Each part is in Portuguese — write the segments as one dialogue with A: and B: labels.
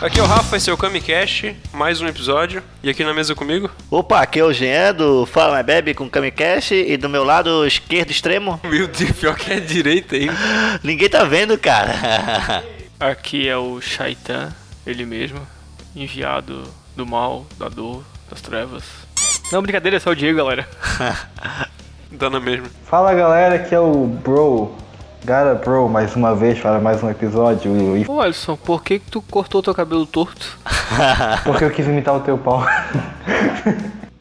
A: Aqui é o Rafa, esse é o Camicast, mais um episódio. E aqui na mesa comigo,
B: Opa, aqui é o Jean do Fala Mais Bebe com Camicast e do meu lado esquerdo extremo,
A: meu Deus, pior que é direita aí.
B: ninguém tá vendo, cara.
C: Aqui é o Shaitan, ele mesmo, enviado do mal, da dor, das trevas. Não, brincadeira, é só o Diego, galera.
A: Dá na mesma.
D: Fala galera, aqui é o Bro, Gara Bro, mais uma vez para mais um episódio. E-
C: Ô, Alisson, por que, que tu cortou teu cabelo torto?
D: Porque eu quis imitar o teu pau.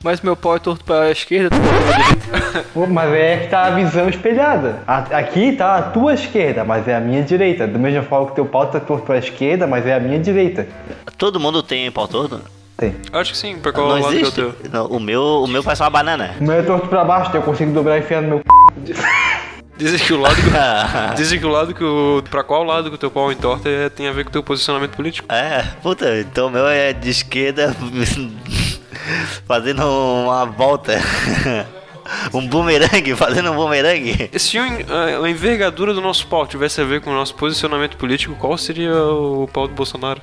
C: Mas meu pau é torto pra esquerda, tu cortou pra direita.
D: Pô, mas é que tá a visão espelhada. A- aqui tá a tua esquerda, mas é a minha direita. Do mesmo forma que teu pau tá torto à esquerda, mas é a minha direita.
B: Todo mundo tem pau torto?
D: Tem.
A: Acho que sim, pra qual
B: Não
A: lado que eu
B: existe?
A: tenho?
B: Não, o meu, o meu parece uma banana.
D: O meu é torto pra baixo, então eu consigo dobrar e enfiar no meu c.
A: Dizem que o lado que, dizem que o lado que o pra qual lado que o teu pau entorta é- tem a ver com o teu posicionamento político.
B: É, puta, então o meu é de esquerda fazendo uma volta. Um bumerangue, fazendo um bumerangue.
A: E Se o- um a a envergadura do nosso pau tivesse a ver com o nosso posicionamento político, qual seria o pau do Bolsonaro?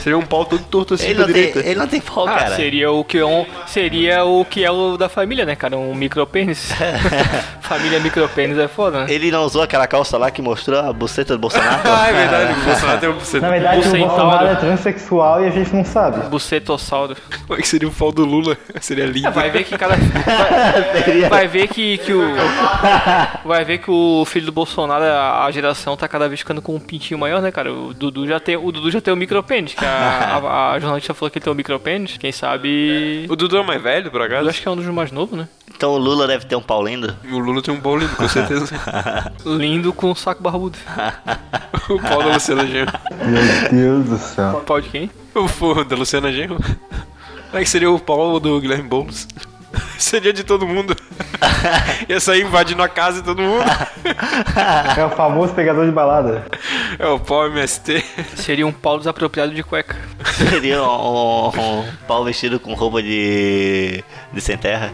A: seria um pau todo torto assim
B: Ele
A: pra
B: não, tem,
A: direita.
B: ele não tem pau,
C: Ah,
B: cara.
C: seria o que é um, seria o que é o da família, né, cara? Um micropênis. família micropênis é foda, né?
B: Ele não usou aquela calça lá que mostrou a buceta do Bolsonaro?
A: Ah, é verdade, o Bolsonaro tem um
D: Na
A: buceta.
D: verdade, o
C: Bucentauro.
D: Bolsonaro é transexual e a gente não sabe.
C: Bucetossauro.
A: Como é que seria o pau do Lula? Seria lindo.
C: É, vai ver que cada
B: Seria-
C: Vai ver que, que o. Vai ver que o filho do Bolsonaro, a a geração, tá cada vez ficando com um pintinho maior, né, cara? O Dudu já tem o, Dudu já tem o micropênis, que a, a- a jornalista falou que ele tem o micropênis. Quem sabe.
A: O Dudu é o mais velho, por
C: Eu
A: acaso?
C: acho que é um dos mais novos, né?
B: Então o Lula deve ter um pau lindo.
A: O Lula tem um pau lindo, com certeza.
C: Lindo com um saco barbudo.
A: o pau da Luciana Genro.
D: Meu Deus do céu.
C: Pau de quem?
A: O pau da Luciana Genro. Como é que seria o pau do Guilherme Boulos? Seria de todo mundo. Ia sair invadindo a casa de todo mundo.
D: É o famoso pegador de balada.
A: É o pau MST.
C: Seria um pau desapropriado de cueca.
B: Seria um, um- um pau vestido com roupa de. de sem terra.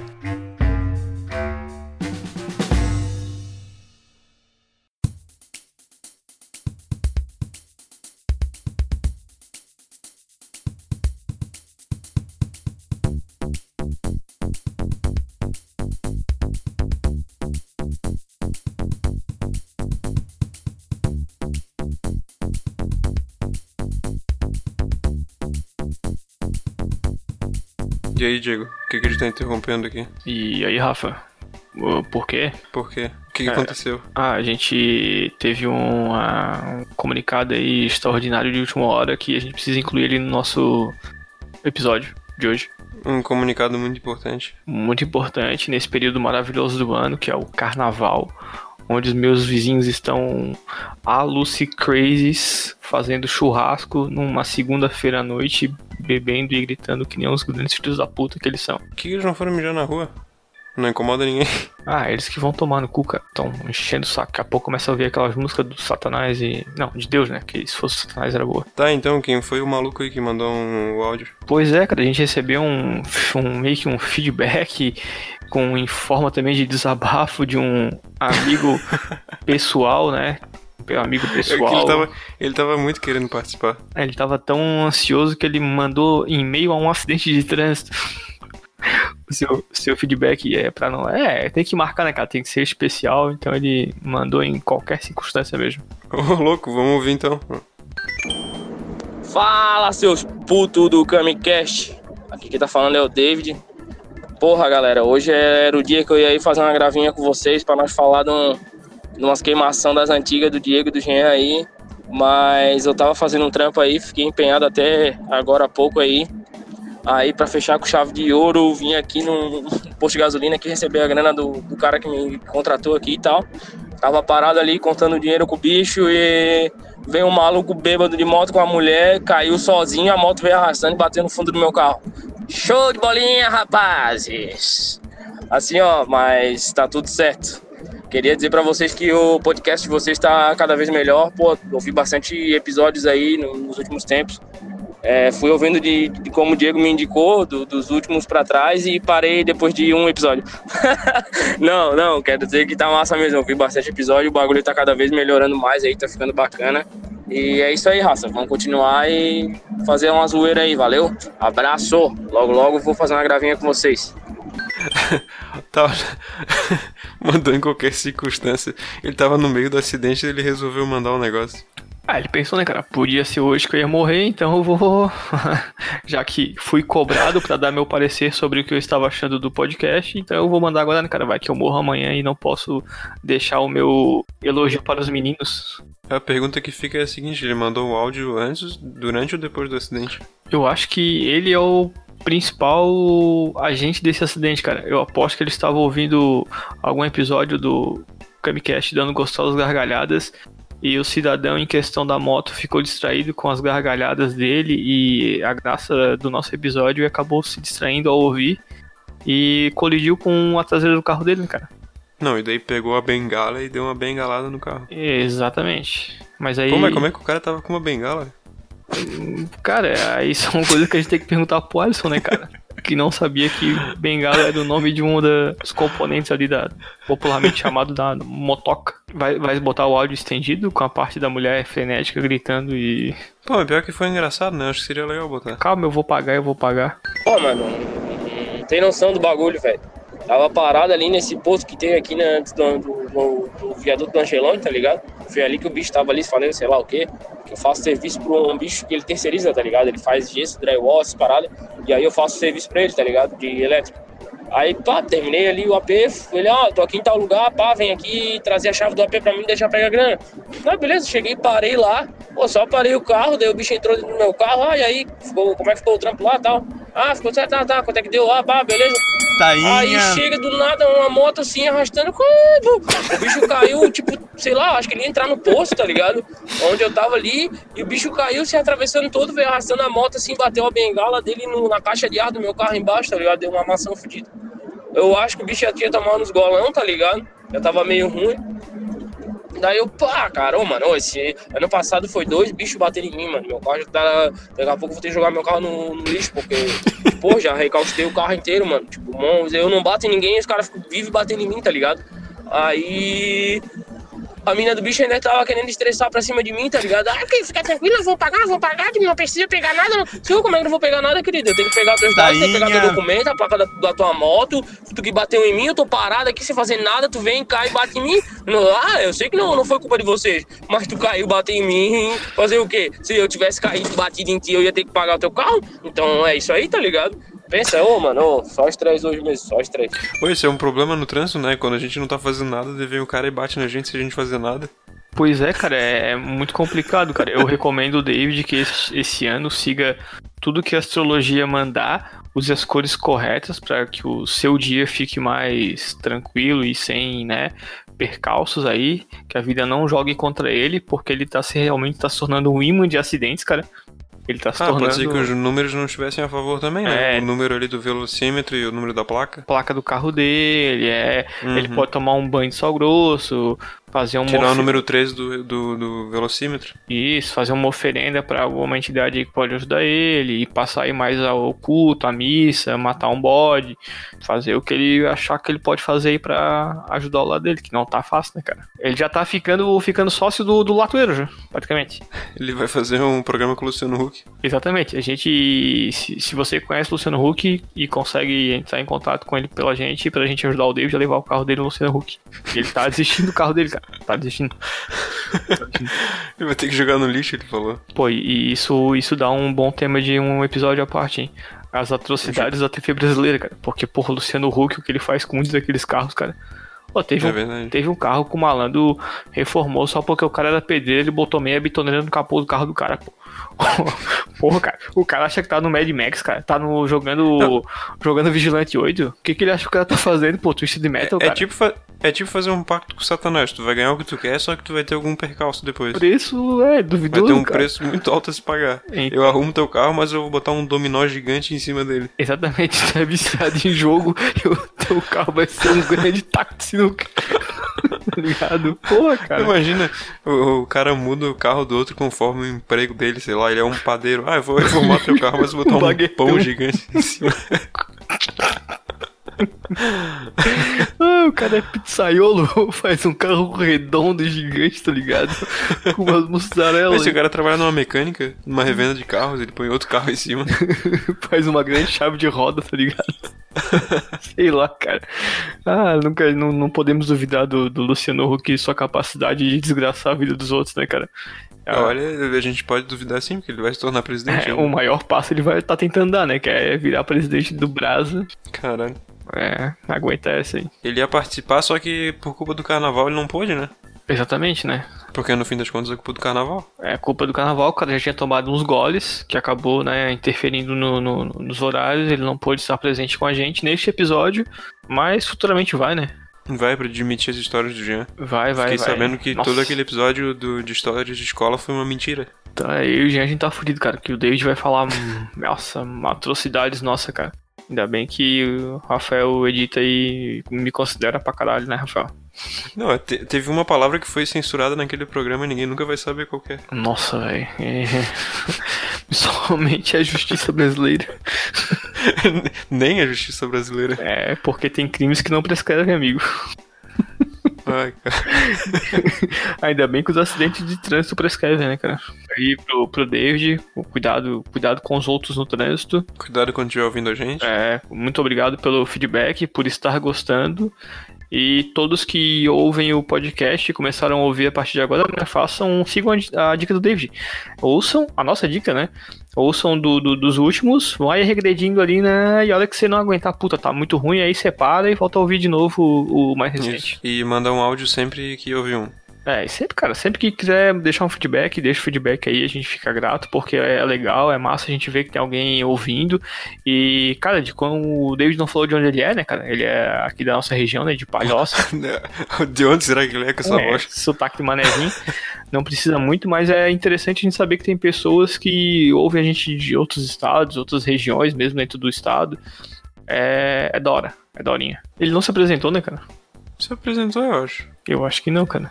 A: E aí, Diego? O que, que a gente tá interrompendo aqui?
C: E aí, Rafa? o- Por quê?
A: Por quê? O que, que aconteceu?
C: Ah, a gente teve um, ah, um comunicado aí extraordinário de última hora que a gente precisa incluir ele no nosso episódio de hoje.
A: Um comunicado muito importante.
C: muito importante nesse período maravilhoso do ano, que é o carnaval, onde os meus vizinhos estão aluci crazies, fazendo churrasco numa segunda-feira à noite, bebendo e gritando que nem uns grandes filhos da puta que eles são.
A: Por que, que eles não foram mijar na rua? Não incomoda ninguém.
C: Ah, eles que vão tomar no cu, cara. Estão enchendo o saco. Daqui a pouco começa a ouvir aquelas músicas do Satanás e. Não, de Deus, né? Que se fosse Satanás era boa.
A: Tá, então, quem foi o maluco aí que mandou um, o áudio?
C: Pois é, cara, a gente recebeu um, um meio que um feedback com em forma também de desabafo de um amigo pessoal, né? Meu amigo
A: É que
C: pessoal. Ah,
A: Ele tava, ele tava muito querendo participar.
C: Ele tava tão ansioso que ele mandou em meio a um acidente de trânsito. O seu, seu feedback é pra não. É, tem que marcar, né, cara? Tem que ser especial. Então ele mandou em qualquer circunstância mesmo.
A: Ô, louco, vamos ouvir então.
E: Fala, seus putos do Camicast. Aqui quem tá falando é o David. Porra, galera, hoje era o dia que eu ia ir fazer uma gravinha com vocês pra nós falar de, um, de umas queimação das antigas do Diego e do Jean aí. Mas eu tava fazendo um trampo aí, fiquei empenhado até agora há pouco aí. Aí, pra fechar com chave de ouro, vim aqui num posto de gasolina aqui receber a grana do, do cara que me contratou aqui e tal. Tava parado ali contando dinheiro com o bicho e veio um maluco bêbado de moto com a mulher, caiu sozinho, a moto veio arrastando e bateu no fundo do meu carro. Show de bolinha, rapazes! Assim, ó, mas tá tudo certo. Queria dizer pra vocês que o podcast de vocês tá cada vez melhor. Pô, ouvi bastante episódios aí no- nos últimos tempos. É, fui ouvindo de, de como o Diego me indicou, do- dos últimos pra trás, e parei depois de um episódio. não, não, quero dizer que tá massa mesmo. Eu vi bastante episódio, o bagulho tá cada vez melhorando mais aí, tá ficando bacana. E é isso aí, raça. Vamos continuar e fazer uma zoeira aí, valeu? Abraço. Logo, logo vou fazer uma gravinha com vocês.
A: Tava... Mandou em qualquer circunstância. Ele tava no meio do acidente e ele resolveu mandar um negócio.
C: Ah, ele pensou, né, cara? Podia ser hoje que eu ia morrer, então eu vou. Já que fui cobrado pra dar meu parecer sobre o que eu estava achando do podcast, então eu vou mandar agora, né, cara? Vai que eu morro amanhã e não posso deixar o meu elogio para os meninos.
A: A pergunta que fica é a seguinte: ele mandou o áudio antes, durante ou depois do acidente?
C: Eu acho que ele é o principal agente desse acidente, cara. Eu aposto que ele estava ouvindo algum episódio do Camicast dando gostosas gargalhadas e o cidadão em questão da moto ficou distraído com as gargalhadas dele e a graça do nosso episódio e acabou se distraindo ao ouvir e colidiu com a traseira do carro dele, né, cara.
A: Não, e daí pegou a bengala e deu uma bengalada no carro.
C: Exatamente. Mas aí.
A: Pô, mas como é que o cara tava com uma bengala?
C: Cara, é, aí são coisas que a gente tem que perguntar pro Alisson, né, cara? Que não sabia que bengala era o nome de um da- dos componentes ali da popularmente chamado da motoca. Vai, vai botar o áudio estendido com a parte da mulher frenética gritando e
A: Pô, mas pior que foi engraçado, né? Acho que seria legal botar.
C: calma, eu vou pagar, eu vou pagar.
E: Pô, mano, não tem noção do bagulho, velho. Tava parado ali nesse posto que tem aqui né, antes do, do- do- do viaduto do Angelão, tá ligado? Foi ali que o bicho tava ali fazendo sei lá o quê. Que eu faço serviço pra um bicho que ele terceiriza, tá ligado? Ele faz gesso, drywall, essas paradas. E aí eu faço serviço pra ele, tá ligado? De elétrico. Aí, pá, terminei ali o AP. Ele, ó, tô aqui em tal lugar, pá, vem aqui trazer a chave do AP pra mim e deixar pegar a grana. Ah, beleza, cheguei, parei lá. Pô, só parei o carro, daí o bicho entrou dentro do meu carro. Ah, e aí, ficou, como é que ficou o trampo lá e tal? Ah, ficou, tá, tá, tá, quanto é que deu? Ah, pá, beleza. Aí chega do nada uma moto assim arrastando. Como? O bicho caiu, tipo, sei lá, acho que ele ia entrar no posto, tá ligado? Onde eu tava ali, e o bicho caiu se atravessando todo, veio arrastando a moto assim, bateu a bengala dele no- na caixa de ar do meu carro embaixo, tá ligado? Deu uma maçã fodida. Eu acho que o bicho já tinha tomado uns golão, tá ligado? Já tava meio ruim. Daí eu, pá, cara, ô, mano, ô, esse ano passado foi dois bichos batendo em mim, mano. Meu carro já tá. Daqui a pouco eu vou ter que jogar meu carro no, no lixo, porque, pô, já recaustei o carro inteiro, mano. Tipo, mano, eu não bato em ninguém, os caras ficam- vivem batendo em mim, tá ligado? Aí. A mina do bicho ainda tava querendo estressar pra cima de mim, tá ligado? Ah, que fica tranquilo, eu vou pagar, eu vou pagar, que não precisa pegar nada. Não. Senhor, como é que eu não vou pegar nada, querido? Eu tenho que pegar teus dados, tenho que pegar teu documento, a placa da, da tua moto. Tu que bateu em mim, eu tô parado aqui sem fazer nada, tu vem, cai e bate em mim. Não, ah, eu sei que não, não foi culpa de vocês, mas tu caiu, bateu em mim. Fazer o quê? Se eu tivesse caído, batido em ti, eu ia ter que pagar o teu carro? Então é isso aí, tá ligado? Pensa, ô, mano, ô, só os três hoje mesmo, só os três.
A: Pô, esse é um problema no trânsito, né? Quando a gente não tá fazendo nada, daí vem o cara e bate na gente sem a gente fazer nada.
C: Pois é, cara, é muito complicado, cara. Eu recomendo o David que esse, esse ano siga tudo que a astrologia mandar, use as cores corretas para que o seu dia fique mais tranquilo e sem, né, percalços aí, que a vida não jogue contra ele, porque ele tá se realmente tá se tornando um imã de acidentes, cara. Ele tá se
A: Ah,
C: tornando
A: pode ser que os números não estivessem a favor também, né?
C: É.
A: O número ali do velocímetro e o número da placa.
C: a placa do carro dele, é, ele
A: Uhum.
C: pode tomar um banho de sol grosso, fazer um
A: Tirar o número 13 do, do, do velocímetro.
C: Isso, fazer uma oferenda pra alguma entidade que pode ajudar ele, e passar aí mais ao culto, à missa, matar um bode, fazer o que ele achar que ele pode fazer aí pra ajudar o lado dele, que não tá fácil, né, cara? Ele já tá ficando, ficando sócio do, do latoeiro, já, praticamente.
A: Ele vai fazer um programa com o Luciano Huck.
C: Exatamente, a gente, se, se você conhece o Luciano Huck e consegue entrar em contato com ele pela gente, pra gente ajudar o David a levar o carro dele no Luciano Huck. Ele tá desistindo do carro dele, cara, tá desistindo.
A: Ele vai ter que jogar no lixo, ele falou.
C: Pô, e isso, isso dá um bom tema de um episódio à parte, hein? As atrocidades da TV brasileira, cara. Porque, porra, Luciano Huck, o que ele faz com muitos daqueles carros, cara. Pô, teve,
A: É
C: um,
A: verdade.
C: teve um carro que o malandro reformou só porque o cara era pedreiro, ele botou meia bitoneira no capô do carro do cara, pô. porra, cara. O cara acha que tá no Mad Max, cara. Tá no, jogando, jogando Vigilante 8. O que, que ele acha que o cara tá fazendo, pô? Twisted Metal,
A: É
C: cara.
A: tipo, fa- é tipo fazer um pacto com o Satanás. Tu vai ganhar o que tu quer, só que tu vai ter algum percalço depois.
C: preço é
A: Vai
C: duvidoso,
A: ter um
C: cara.
A: preço muito alto a se pagar.
C: Então.
A: Eu arrumo teu carro, mas eu vou botar um dominó gigante em cima dele.
C: Exatamente, tu é viciado em jogo e o teu carro vai ser um grande táxi no ca- Tá ligado? Porra, cara.
A: Imagina, o, o cara muda o carro do outro conforme o emprego dele, sei lá, ele é um padeiro. Ah, eu vou reformar teu carro, mas vou botar um,
C: baguetão. É
A: pão gigante em cima.
C: Ah, o cara é pizzaiolo, faz um carro redondo e gigante, tá ligado? Com umas
A: Mas
C: mussarelas,
A: se o cara trabalha numa mecânica, numa revenda de carros, ele põe outro carro em cima.
C: faz uma grande chave de roda, tá ligado? Sei lá, cara. Ah, nunca, não, não podemos duvidar do, do Luciano Huck e sua capacidade de desgraçar a vida dos outros, né, cara? Ah,
A: Olha, a gente pode duvidar sim, porque ele vai se tornar presidente.
C: É,
A: ainda.
C: o maior passo ele vai estar tentando dar, né? Que é virar presidente do Brasa.
A: Caralho.
C: É, aguenta essa aí.
A: Ele ia participar, só que por culpa do carnaval ele não pôde, né?
C: Exatamente, né?
A: Porque no fim das contas é culpa do carnaval.
C: É culpa do carnaval, o cara já tinha tomado uns goles, que acabou, né, interferindo no- no- nos horários, ele não pôde estar presente com a gente neste episódio, mas futuramente vai, né?
A: Vai pra admitir as histórias do Jean.
C: Vai, vai,
A: Fiquei
C: vai.
A: sabendo que
C: Nossa,
A: todo aquele episódio do- de histórias de escola foi uma mentira.
C: Tá, eu e o Jean, a gente tá fudido, cara, que o David vai falar, hum, nossa, atrocidades, nossa, cara. Ainda bem que o Rafael edita e me considera pra caralho, né, Rafael?
A: Não, é, te- teve uma palavra que foi censurada naquele programa e ninguém nunca vai saber qual que é.
C: Nossa, velho. É... Somente a justiça brasileira.
A: Nem a justiça brasileira.
C: É, porque tem crimes que não prescrevem, amigo.
A: Ai, cara.
C: Ainda bem que os acidentes de trânsito prescrevem, né, cara? Aí pro, pro David, o cuidado, cuidado com os outros no trânsito.
A: Cuidado quando estiver ouvindo a gente.
C: É, muito obrigado pelo feedback, por estar gostando. E todos que ouvem o podcast e começaram a ouvir a partir de agora, né, façam, sigam a di- a, dica do David. Ouçam a nossa dica, né? Ouçam do, do- dos últimos, vai regredindo ali, né? E a hora que você não aguentar, puta, tá muito ruim, aí você para e volta a ouvir de novo o, o mais recente.
A: Isso. E mandar um áudio sempre que ouvir um.
C: É, e sempre, cara, sempre que quiser deixar um feedback, deixa o feedback aí, a gente fica grato, porque é legal, é massa a gente ver que tem alguém ouvindo. E, cara, de como o David não falou de onde ele é, né, cara? Ele é aqui da nossa região, né, de Palhoça.
A: De onde será que ele é com essa
C: é,
A: voz?
C: sotaque de manezinho. Não precisa muito, mas é interessante a gente saber que tem pessoas que ouvem a gente de outros estados, outras regiões, mesmo dentro do estado. É, é da hora, é daorinha. Ele não se apresentou, né, cara?
A: Se apresentou, eu acho.
C: Eu acho que não, cara.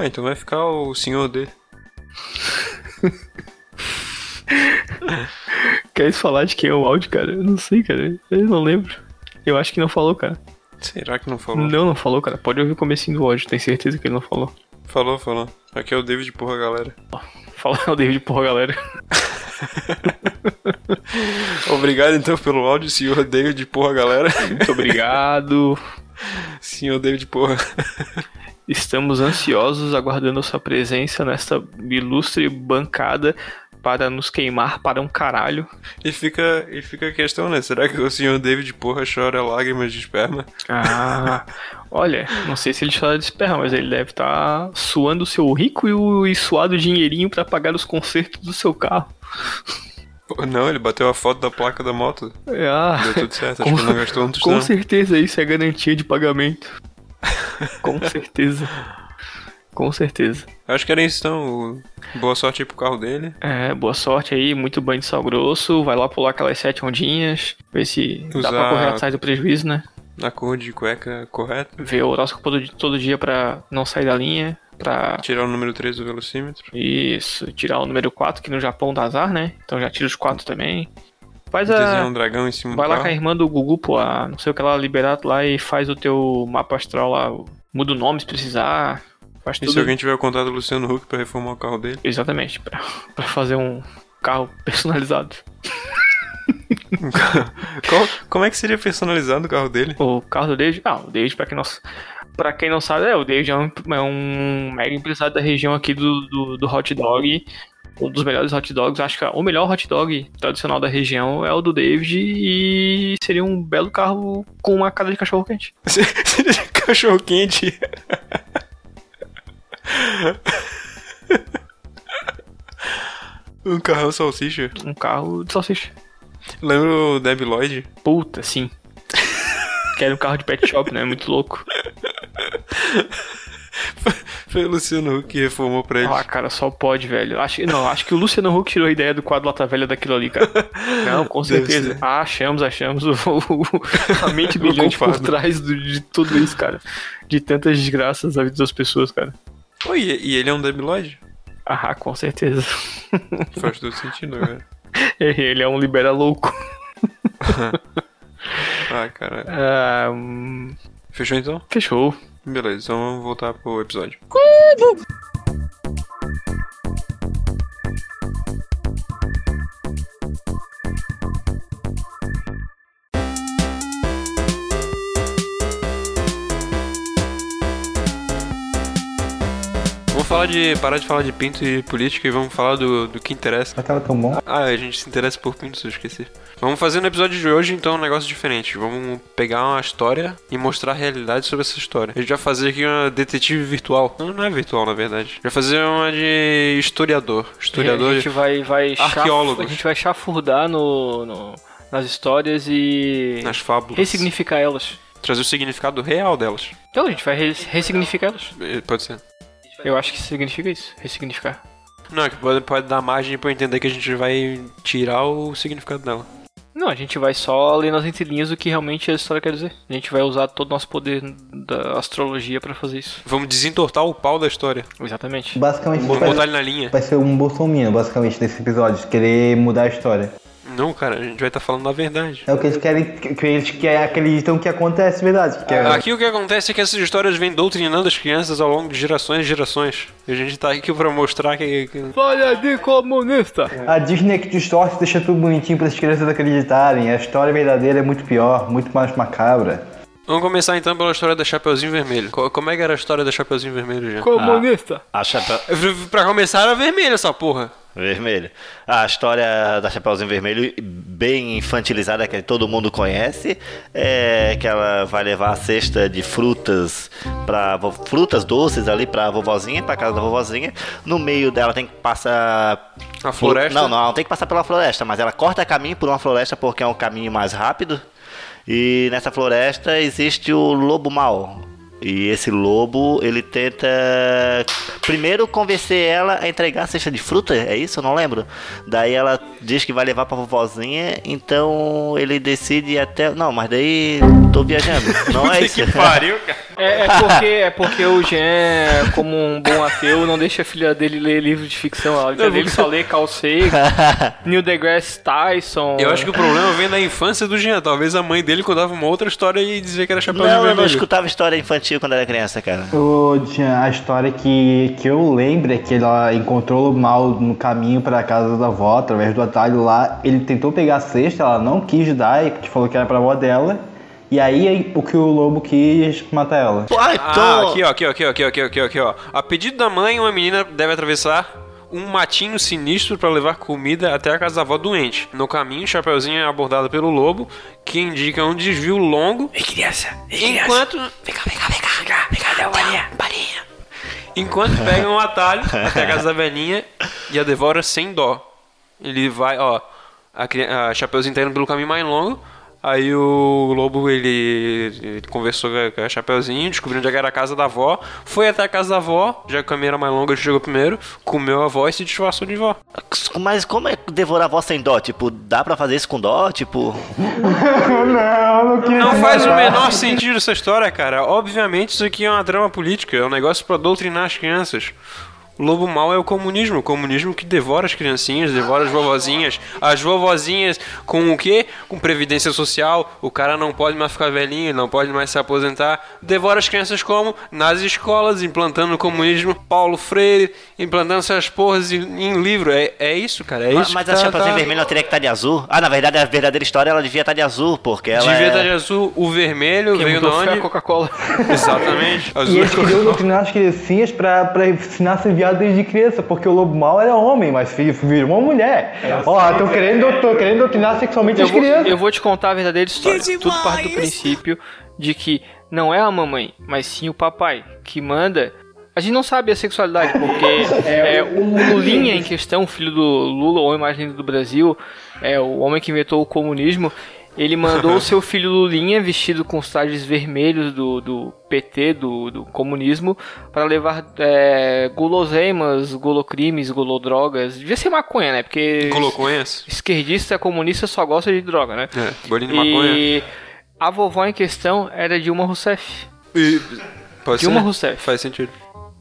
A: Ah, então vai ficar o senhor D.
C: Quer isso falar de quem é o áudio, cara? Eu não sei, cara. Eu não lembro. Eu acho que não falou, cara.
A: Será que não falou?
C: Não, não falou, cara. Pode ouvir o comecinho do áudio, tenho certeza que ele não falou.
A: Falou, falou. Aqui é o David, porra, galera.
C: Fala o David, porra, galera.
A: Obrigado então pelo áudio, senhor David, porra, galera.
C: Muito obrigado.
A: senhor David, porra.
C: Estamos ansiosos, aguardando sua presença nesta ilustre bancada para nos queimar para um caralho.
A: E fica, e fica a questão, né? Será que o senhor David, porra, chora lágrimas de esperma?
C: Ah, olha, não sei se ele chora de esperma, mas ele deve estar suando o seu rico e, o, e suado dinheirinho para pagar os consertos do seu carro.
A: Pô, Não, ele bateu a foto da placa da moto.
C: Ah,
A: Deu tudo certo, acho
C: Com-
A: que ele não gastou um
C: Com
A: tostão.
C: certeza isso é garantia de pagamento. Com certeza. Com certeza.
A: Acho que era isso então. o- Boa sorte aí pro carro dele.
C: É, boa sorte aí, muito banho de sal grosso. Vai lá pular aquelas sete ondinhas. Ver se dá pra
A: Usar-
C: correr atrás do prejuízo, né?
A: Na cor de cueca correta.
C: Ver o horóscopo todo, di- todo dia pra não sair da linha. Pra.
A: Tirar o número 3 do velocímetro.
C: Isso, tirar o número 4, que no Japão dá azar, né? Então já tira os 4 também. Faz
A: Desenhar um
C: a.
A: dragão em cima
C: ah, Vai
A: do
C: lá
A: carro.
C: com a irmã do Gugu, pô, a- não sei o que ela liberar lá e faz o teu mapa astral lá. Muda o nome se precisar. Faz
A: E se
C: tudo
A: alguém tiver o contato do Luciano Huck pra reformar o carro dele?
C: Exatamente, pra, pra fazer um carro personalizado.
A: Qual- como é que seria personalizado o carro dele?
C: O carro do David, ah, o David, pra quem não, pra quem não sabe, é, o David é um, é um mega empresário da região aqui do, do, do hot dog, um dos melhores hot dogs, acho que é, o melhor hot dog tradicional da região é o do David e seria um belo carro com uma cara de cachorro quente.
A: seria cachorro quente. um carrão salsicha.
C: Um carro de salsicha.
A: Lembra o Deb Lloyd?
C: Puta, sim. Quero um carro de pet shop, né? Muito louco.
A: Foi o Luciano Huck que reformou pra ele.
C: Ah, cara, só pode, velho. Acho, não, acho que o Luciano Huck tirou a ideia do quadro Lata Velha daquilo ali, cara. Não, com
A: Deve
C: certeza.
A: ser.
C: Ah, achamos, achamos o, o- a mente brilhante por
A: culpado.
C: trás do- de tudo isso, cara. De tantas desgraças da vida das pessoas, cara.
A: Oi, e e ele é um Deb Lloyd?
C: Ah, com certeza.
A: Faz todo sentido né? agora.
C: Ele é um libera louco.
A: Ah, caralho.
C: Ah, hum,
A: Fechou então?
C: Fechou.
A: Beleza, então vamos voltar pro episódio. Vamos falar de. parar de falar de pinto e política e vamos falar do, do que interessa.
D: Mas tava tão bom.
A: Ah, a gente se interessa por pintos, eu esqueci. Vamos fazer no episódio de hoje, então, um negócio diferente. Vamos pegar uma história e mostrar a realidade sobre essa história. A gente vai fazer aqui uma detetive virtual. Não, não é virtual, na verdade. Vai fazer uma de historiador. Historiador
C: É, a gente
A: de...
C: vai, vai chaf-
A: Arqueólogos.
C: A gente vai chafurdar no, no- nas histórias e
A: nas fábulas.
C: ressignificar elas.
A: Trazer o significado real delas.
C: Então a gente vai res- ressignificar elas.
A: Eh, Pode ser.
C: Eu acho que significa isso, ressignificar.
A: Não, é que pode, pode dar margem pra eu entender que a gente vai tirar o significado dela.
C: Não, a gente vai só ler nas entrelinhas o que realmente a história quer dizer. A gente vai usar todo o nosso poder da astrologia pra fazer isso.
A: Vamos desentortar o pau da história.
C: Exatamente.
D: Basicamente,
A: Vamos
D: vai,
A: botar ele na linha.
D: vai ser um bolsominion, basicamente, nesse episódio. Querer mudar a história.
A: Não, cara, a gente vai estar falando a verdade.
D: É o que eles querem, que que eles que acreditam que acontece, de verdade. Que é-
A: Aqui o que acontece é que essas histórias vêm doutrinando as crianças ao longo de gerações e gerações. E a gente tá aqui pra mostrar que. que-
C: Olha de comunista!
A: É.
D: A Disney é que distorce e deixa tudo bonitinho para as crianças acreditarem. A história verdadeira é muito pior, muito mais macabra.
A: Vamos começar então pela história da Chapeuzinho Vermelho. Co- como é que era a história da Chapeuzinho Vermelho, já?
C: Comunista!
B: A chapéu
A: Pra começar era vermelho essa porra.
B: vermelho. A história da Chapeuzinho Vermelho, bem infantilizada, que todo mundo conhece, é que ela vai levar a cesta de frutas para frutas doces ali pra vovozinha, pra casa da vovozinha. No meio dela tem que passar
A: A floresta.
B: Não, não, ela não tem que passar pela floresta, mas ela corta caminho por uma floresta porque é um caminho mais rápido. E nessa floresta existe o lobo mau. E esse lobo, ele tenta primeiro convencer ela a entregar a cesta de fruta, é isso? Eu não lembro. Daí ela diz que vai levar pra vovozinha, então ele decide ir até. Não, mas daí tô viajando. Não é isso.
A: pariu, cara.
C: É, é porque, é porque o Jean, como um bom ateu, não deixa a filha dele ler livro de ficção. A filha dele só lê Carl Sagan, Neil deGrasse Tyson.
A: Eu acho que o problema vem da infância do Jean. Talvez a mãe dele contava uma outra história e dizia que era Chapeuzinho
B: Não, eu não
A: Vermelho.
B: escutava história infantil quando era criança, cara.
D: Ô, Jean, a história que, que eu lembro é que ela encontrou o mal no caminho para a casa da avó, através do atalho lá. Ele tentou pegar a cesta, ela não quis dar e falou que era pra avó dela. E aí o que o lobo quis matar ela.
B: Ah,
A: Ah,
B: então.
A: aqui ó, aqui ó, aqui ó, aqui ó, aqui ó, aqui ó, aqui ó. A pedido da mãe, uma menina deve atravessar um matinho sinistro para levar comida até a casa da avó doente. No caminho, Chapeuzinho é abordado pelo lobo, que indica um desvio longo. Ei, criança, enquanto... Vem cá, vem cá, vem cá, vem cá, vem cá, dá uma balinha, balinha. Enquanto pega um atalho até a casa da velhinha e a devora sem dó. Ele vai, ó, a, cri- a Chapeuzinho tá indo pelo caminho mais longo. Aí o lobo, ele, ele conversou com a- com a Chapeuzinho, descobriu onde é era a casa da avó. Foi até a casa da avó, já que o caminho era mais longo, ele chegou primeiro, comeu a avó e se disfarçou de vó.
B: Mas como é devorar a voz sem dó? Tipo, dá pra fazer isso com dó? Tipo.
D: Não, não queria
A: Não faz o menor sentido essa história, cara. Obviamente isso aqui é uma trama política, é um negócio pra doutrinar as crianças. O lobo mau é o comunismo, o comunismo que devora as criancinhas, devora as vovozinhas. As vovozinhas com o quê? Com previdência social, o cara não pode mais ficar velhinho, não pode mais se aposentar. Devora as crianças como? Nas escolas, implantando o comunismo, Paulo Freire, implantando essas porras em, em livro. É, é isso, cara, é
B: Mas,
A: isso.
B: mas
A: que
B: a
A: tá-
B: Chapeuzinho
A: tá-
B: Vermelho não teria que estar de azul? Ah, na verdade, a verdadeira história ela devia estar de azul, porque ela.
A: Devia
B: é-
A: estar de azul, o vermelho
C: Quem
A: veio de
C: mudou foi a
A: onde?
C: Coca-Cola.
A: Exatamente. Azul
D: E
A: é
D: eles
A: cor-
D: queriam doutrinar as criancinhas pra, pra ensinar a ser viado desde criança, porque o lobo mal era homem, mas fi- virou uma mulher. Ó, tô querendo, tô querendo doutrinar sexualmente
C: Eu
D: as
C: vou,
D: crianças.
C: eu vou te contar a verdadeira história. Tudo parte do princípio de que não é a mamãe, mas sim o papai que manda. A gente não sabe a sexualidade, porque é, o Lulinha em questão, filho do Lula, o homem mais lindo do Brasil, é o homem que inventou o comunismo. Ele mandou o seu filho Lulinha, vestido com os trajes vermelhos do, do PT, do, do comunismo, para levar é, guloseimas, gulocrimes, golodrogas. Devia ser maconha, né? Porque
A: Colocões.
C: esquerdista comunista só gosta de droga, né?
A: É, bolinho de maconha.
C: E a vovó em questão era Dilma Rousseff.
A: E... Pode
C: Dilma
A: ser?
C: Rousseff.
A: Faz sentido.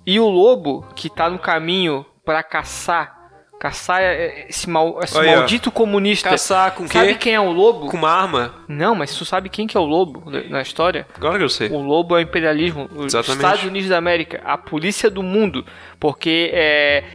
C: E o lobo que tá no caminho pra caçar Caçar é- é esse, mal, esse
A: Aí, ó.
C: maldito comunista.
A: Caçar com o
C: Sabe
A: quê?
C: quem é o lobo?
A: Com uma arma?
C: Não, mas tu sabe quem que é o lobo na- na história?
A: Agora que eu sei.
C: O lobo é o imperialismo. Os
A: Exatamente.
C: Estados Unidos da América, a polícia do mundo. Porque é.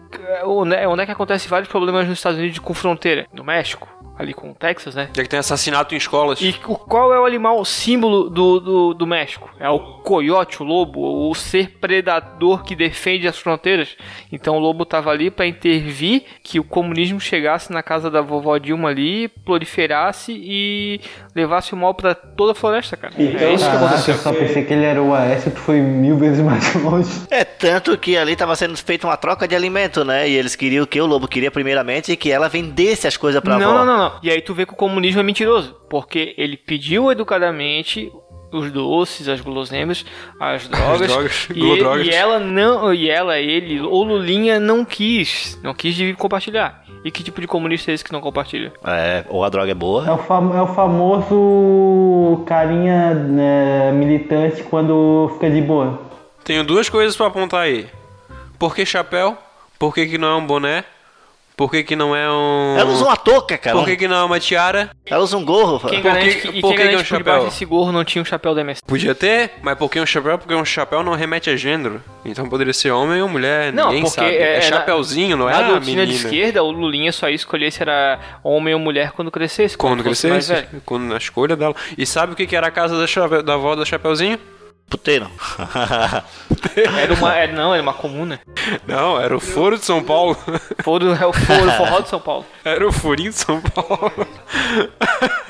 C: é Onde é onde é que acontece vários problemas nos Estados Unidos com fronteira? No México, ali com o Texas, né?
A: Já que tem assassinato em escolas.
C: E o- qual é o animal símbolo do, do, do México? É o coiote, o lobo, o ser predador que defende as fronteiras. Então o lobo estava ali para intervir que o comunismo chegasse na casa da vovó Dilma ali, proliferasse e levasse o mal para toda a floresta, cara.
D: Então,
C: é isso que
D: Caraca,
C: aconteceu.
D: eu só pensei que ele era o AS, tu foi mil vezes mais longe.
B: É, tanto que ali estava sendo feita uma troca de alimento, né? E eles queriam que o lobo queria primeiramente que ela vendesse as coisas pra
C: Não,
B: avó.
C: não, não, não. E aí tu vê que o comunismo é mentiroso, porque ele pediu educadamente os doces, as guloseimas, as drogas,
A: drogas,
C: e,
A: gulodrogas.
C: e ela não, e ela, ele, ou Lulinha não quis, não quis de compartilhar. E que tipo de comunista é esse que não compartilha?
B: É, ou a droga é boa.
D: É o, fam- é o famoso carinha né, militante quando fica de boa.
A: Tenho duas coisas pra apontar aí. Por que chapéu? Por que, que não é um boné? Por que, que não é um.
B: Ela usa uma touca, cara.
A: Por que, que não é uma tiara?
B: Ela usa um gorro.
C: Quem
A: Por
C: garante
A: que-
C: que, e
A: por
C: quem
A: que que é um
C: garante que por
A: chapéu?
C: debaixo desse gorro não tinha um chapéu da MS?
A: Podia ter, mas por que um chapéu? Porque um chapéu não remete a gênero. Então poderia ser homem ou mulher,
C: Não,
A: ninguém
C: porque
A: sabe.
C: é-
A: É,
C: é na-
A: chapéuzinho, não é
C: Na
A: a
C: doutrina
A: menina.
C: de esquerda, o Lulinha só ia escolher se era homem ou mulher quando crescesse.
A: Quando
C: fosse mais
A: crescesse,
C: velho.
A: quando na escolha dela. E sabe o que que era a casa da, chape... da avó da Chapeuzinho?
B: Puteiro.
C: Era uma, era, não, era uma comuna.
A: Não, era o Foro de São Paulo.
C: Foro, é o foro, o forró de São Paulo.
A: Era o Furinho de São Paulo.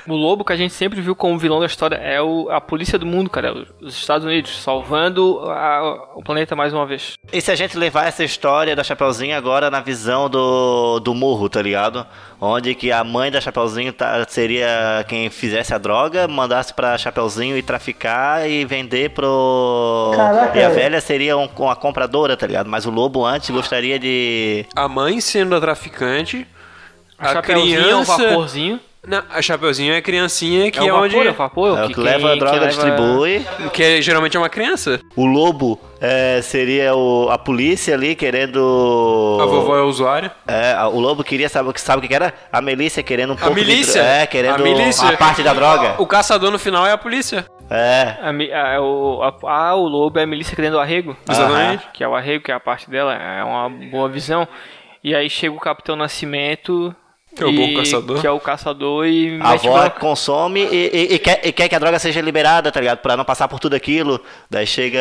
C: O lobo que a gente sempre viu como vilão da história é o, a polícia do mundo, cara. Os Estados Unidos, salvando a- o planeta mais uma vez.
B: e se a gente levar essa história da Chapeuzinho agora na visão do, do morro, tá ligado? Onde que a mãe da Chapeuzinho tá- seria quem fizesse a droga, mandasse pra Chapeuzinho e traficar e vender pro.
D: Caraca.
B: E a velha seria um- uma compradora, tá ligado? Mas o lobo antes gostaria de.
A: A mãe sendo a traficante.
C: A,
A: A,
C: Chapeuzinho é um
A: criança.
C: vaporzinho.
A: Não, a Chapeuzinho é a criancinha que é,
C: é um
A: onde.
C: vapor, é um vapor.
B: é o que, leva a
C: quem-
B: droga,
C: quem leva-
B: distribui.
A: Que geralmente é uma criança.
B: O lobo é, seria o- a polícia ali querendo.
A: A vovó é usuária.
B: É, a- o lobo queria saber sabe o que que era? A milícia querendo um pouco de
A: milícia?
B: dro- é, querendo
A: A milícia?
B: a parte da droga.
A: O caçador no final é a polícia.
B: É.
C: A, mi- a- o, a- ah, o lobo é a milícia querendo o arrego.
A: Exatamente.
C: Que é o arrego, que é a parte dela. É uma boa visão. E aí chega o Capitão Nascimento.
A: Que é o
C: e-
A: bom caçador.
C: Que é o caçador e
B: A
C: mete
B: avó é
C: bronca.
B: consome e, e- e quer, e quer que a droga seja liberada, tá ligado? Pra não passar por tudo aquilo. Daí
C: Ah.
B: chega.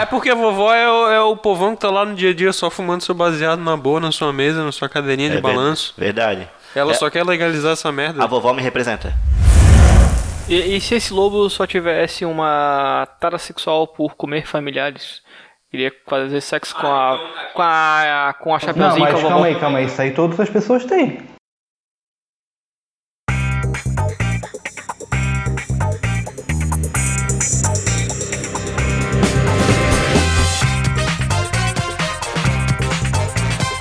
A: É porque a vovó é o, é o povão que tá lá no dia a dia só fumando seu baseado na boa, na sua mesa, na sua cadeirinha de
B: É ver-
A: balanço.
B: Verdade.
A: Ela
B: É,
A: só quer legalizar essa merda.
B: A vovó me representa.
C: E, e se esse lobo só tivesse uma tara sexual por comer familiares? Queria fazer sexo com a. com a. com a
D: Ah, então, Não,
C: chapeuzinho
D: mas
C: com a vovó.
D: calma aí, calma aí. Isso aí todas as pessoas têm.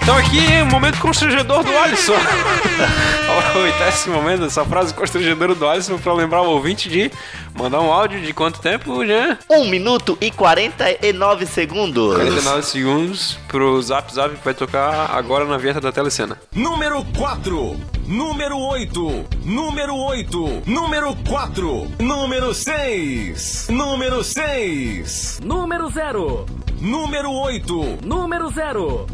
A: Então aqui é o momento constrangedor do Alisson. Vamos aproveitar esse momento, essa frase constrangedora do Alisson pra lembrar o ouvinte de mandar um áudio de quanto tempo, né?
B: 1 minuto e 49 segundos.
A: 49 segundos pro Zap Zap que vai tocar agora na vinheta da telecena.
F: Número 4. Número 8. Número 8. Número 4. Número 6. Número 6.
G: Número zero,
F: Número 8.
G: número zero,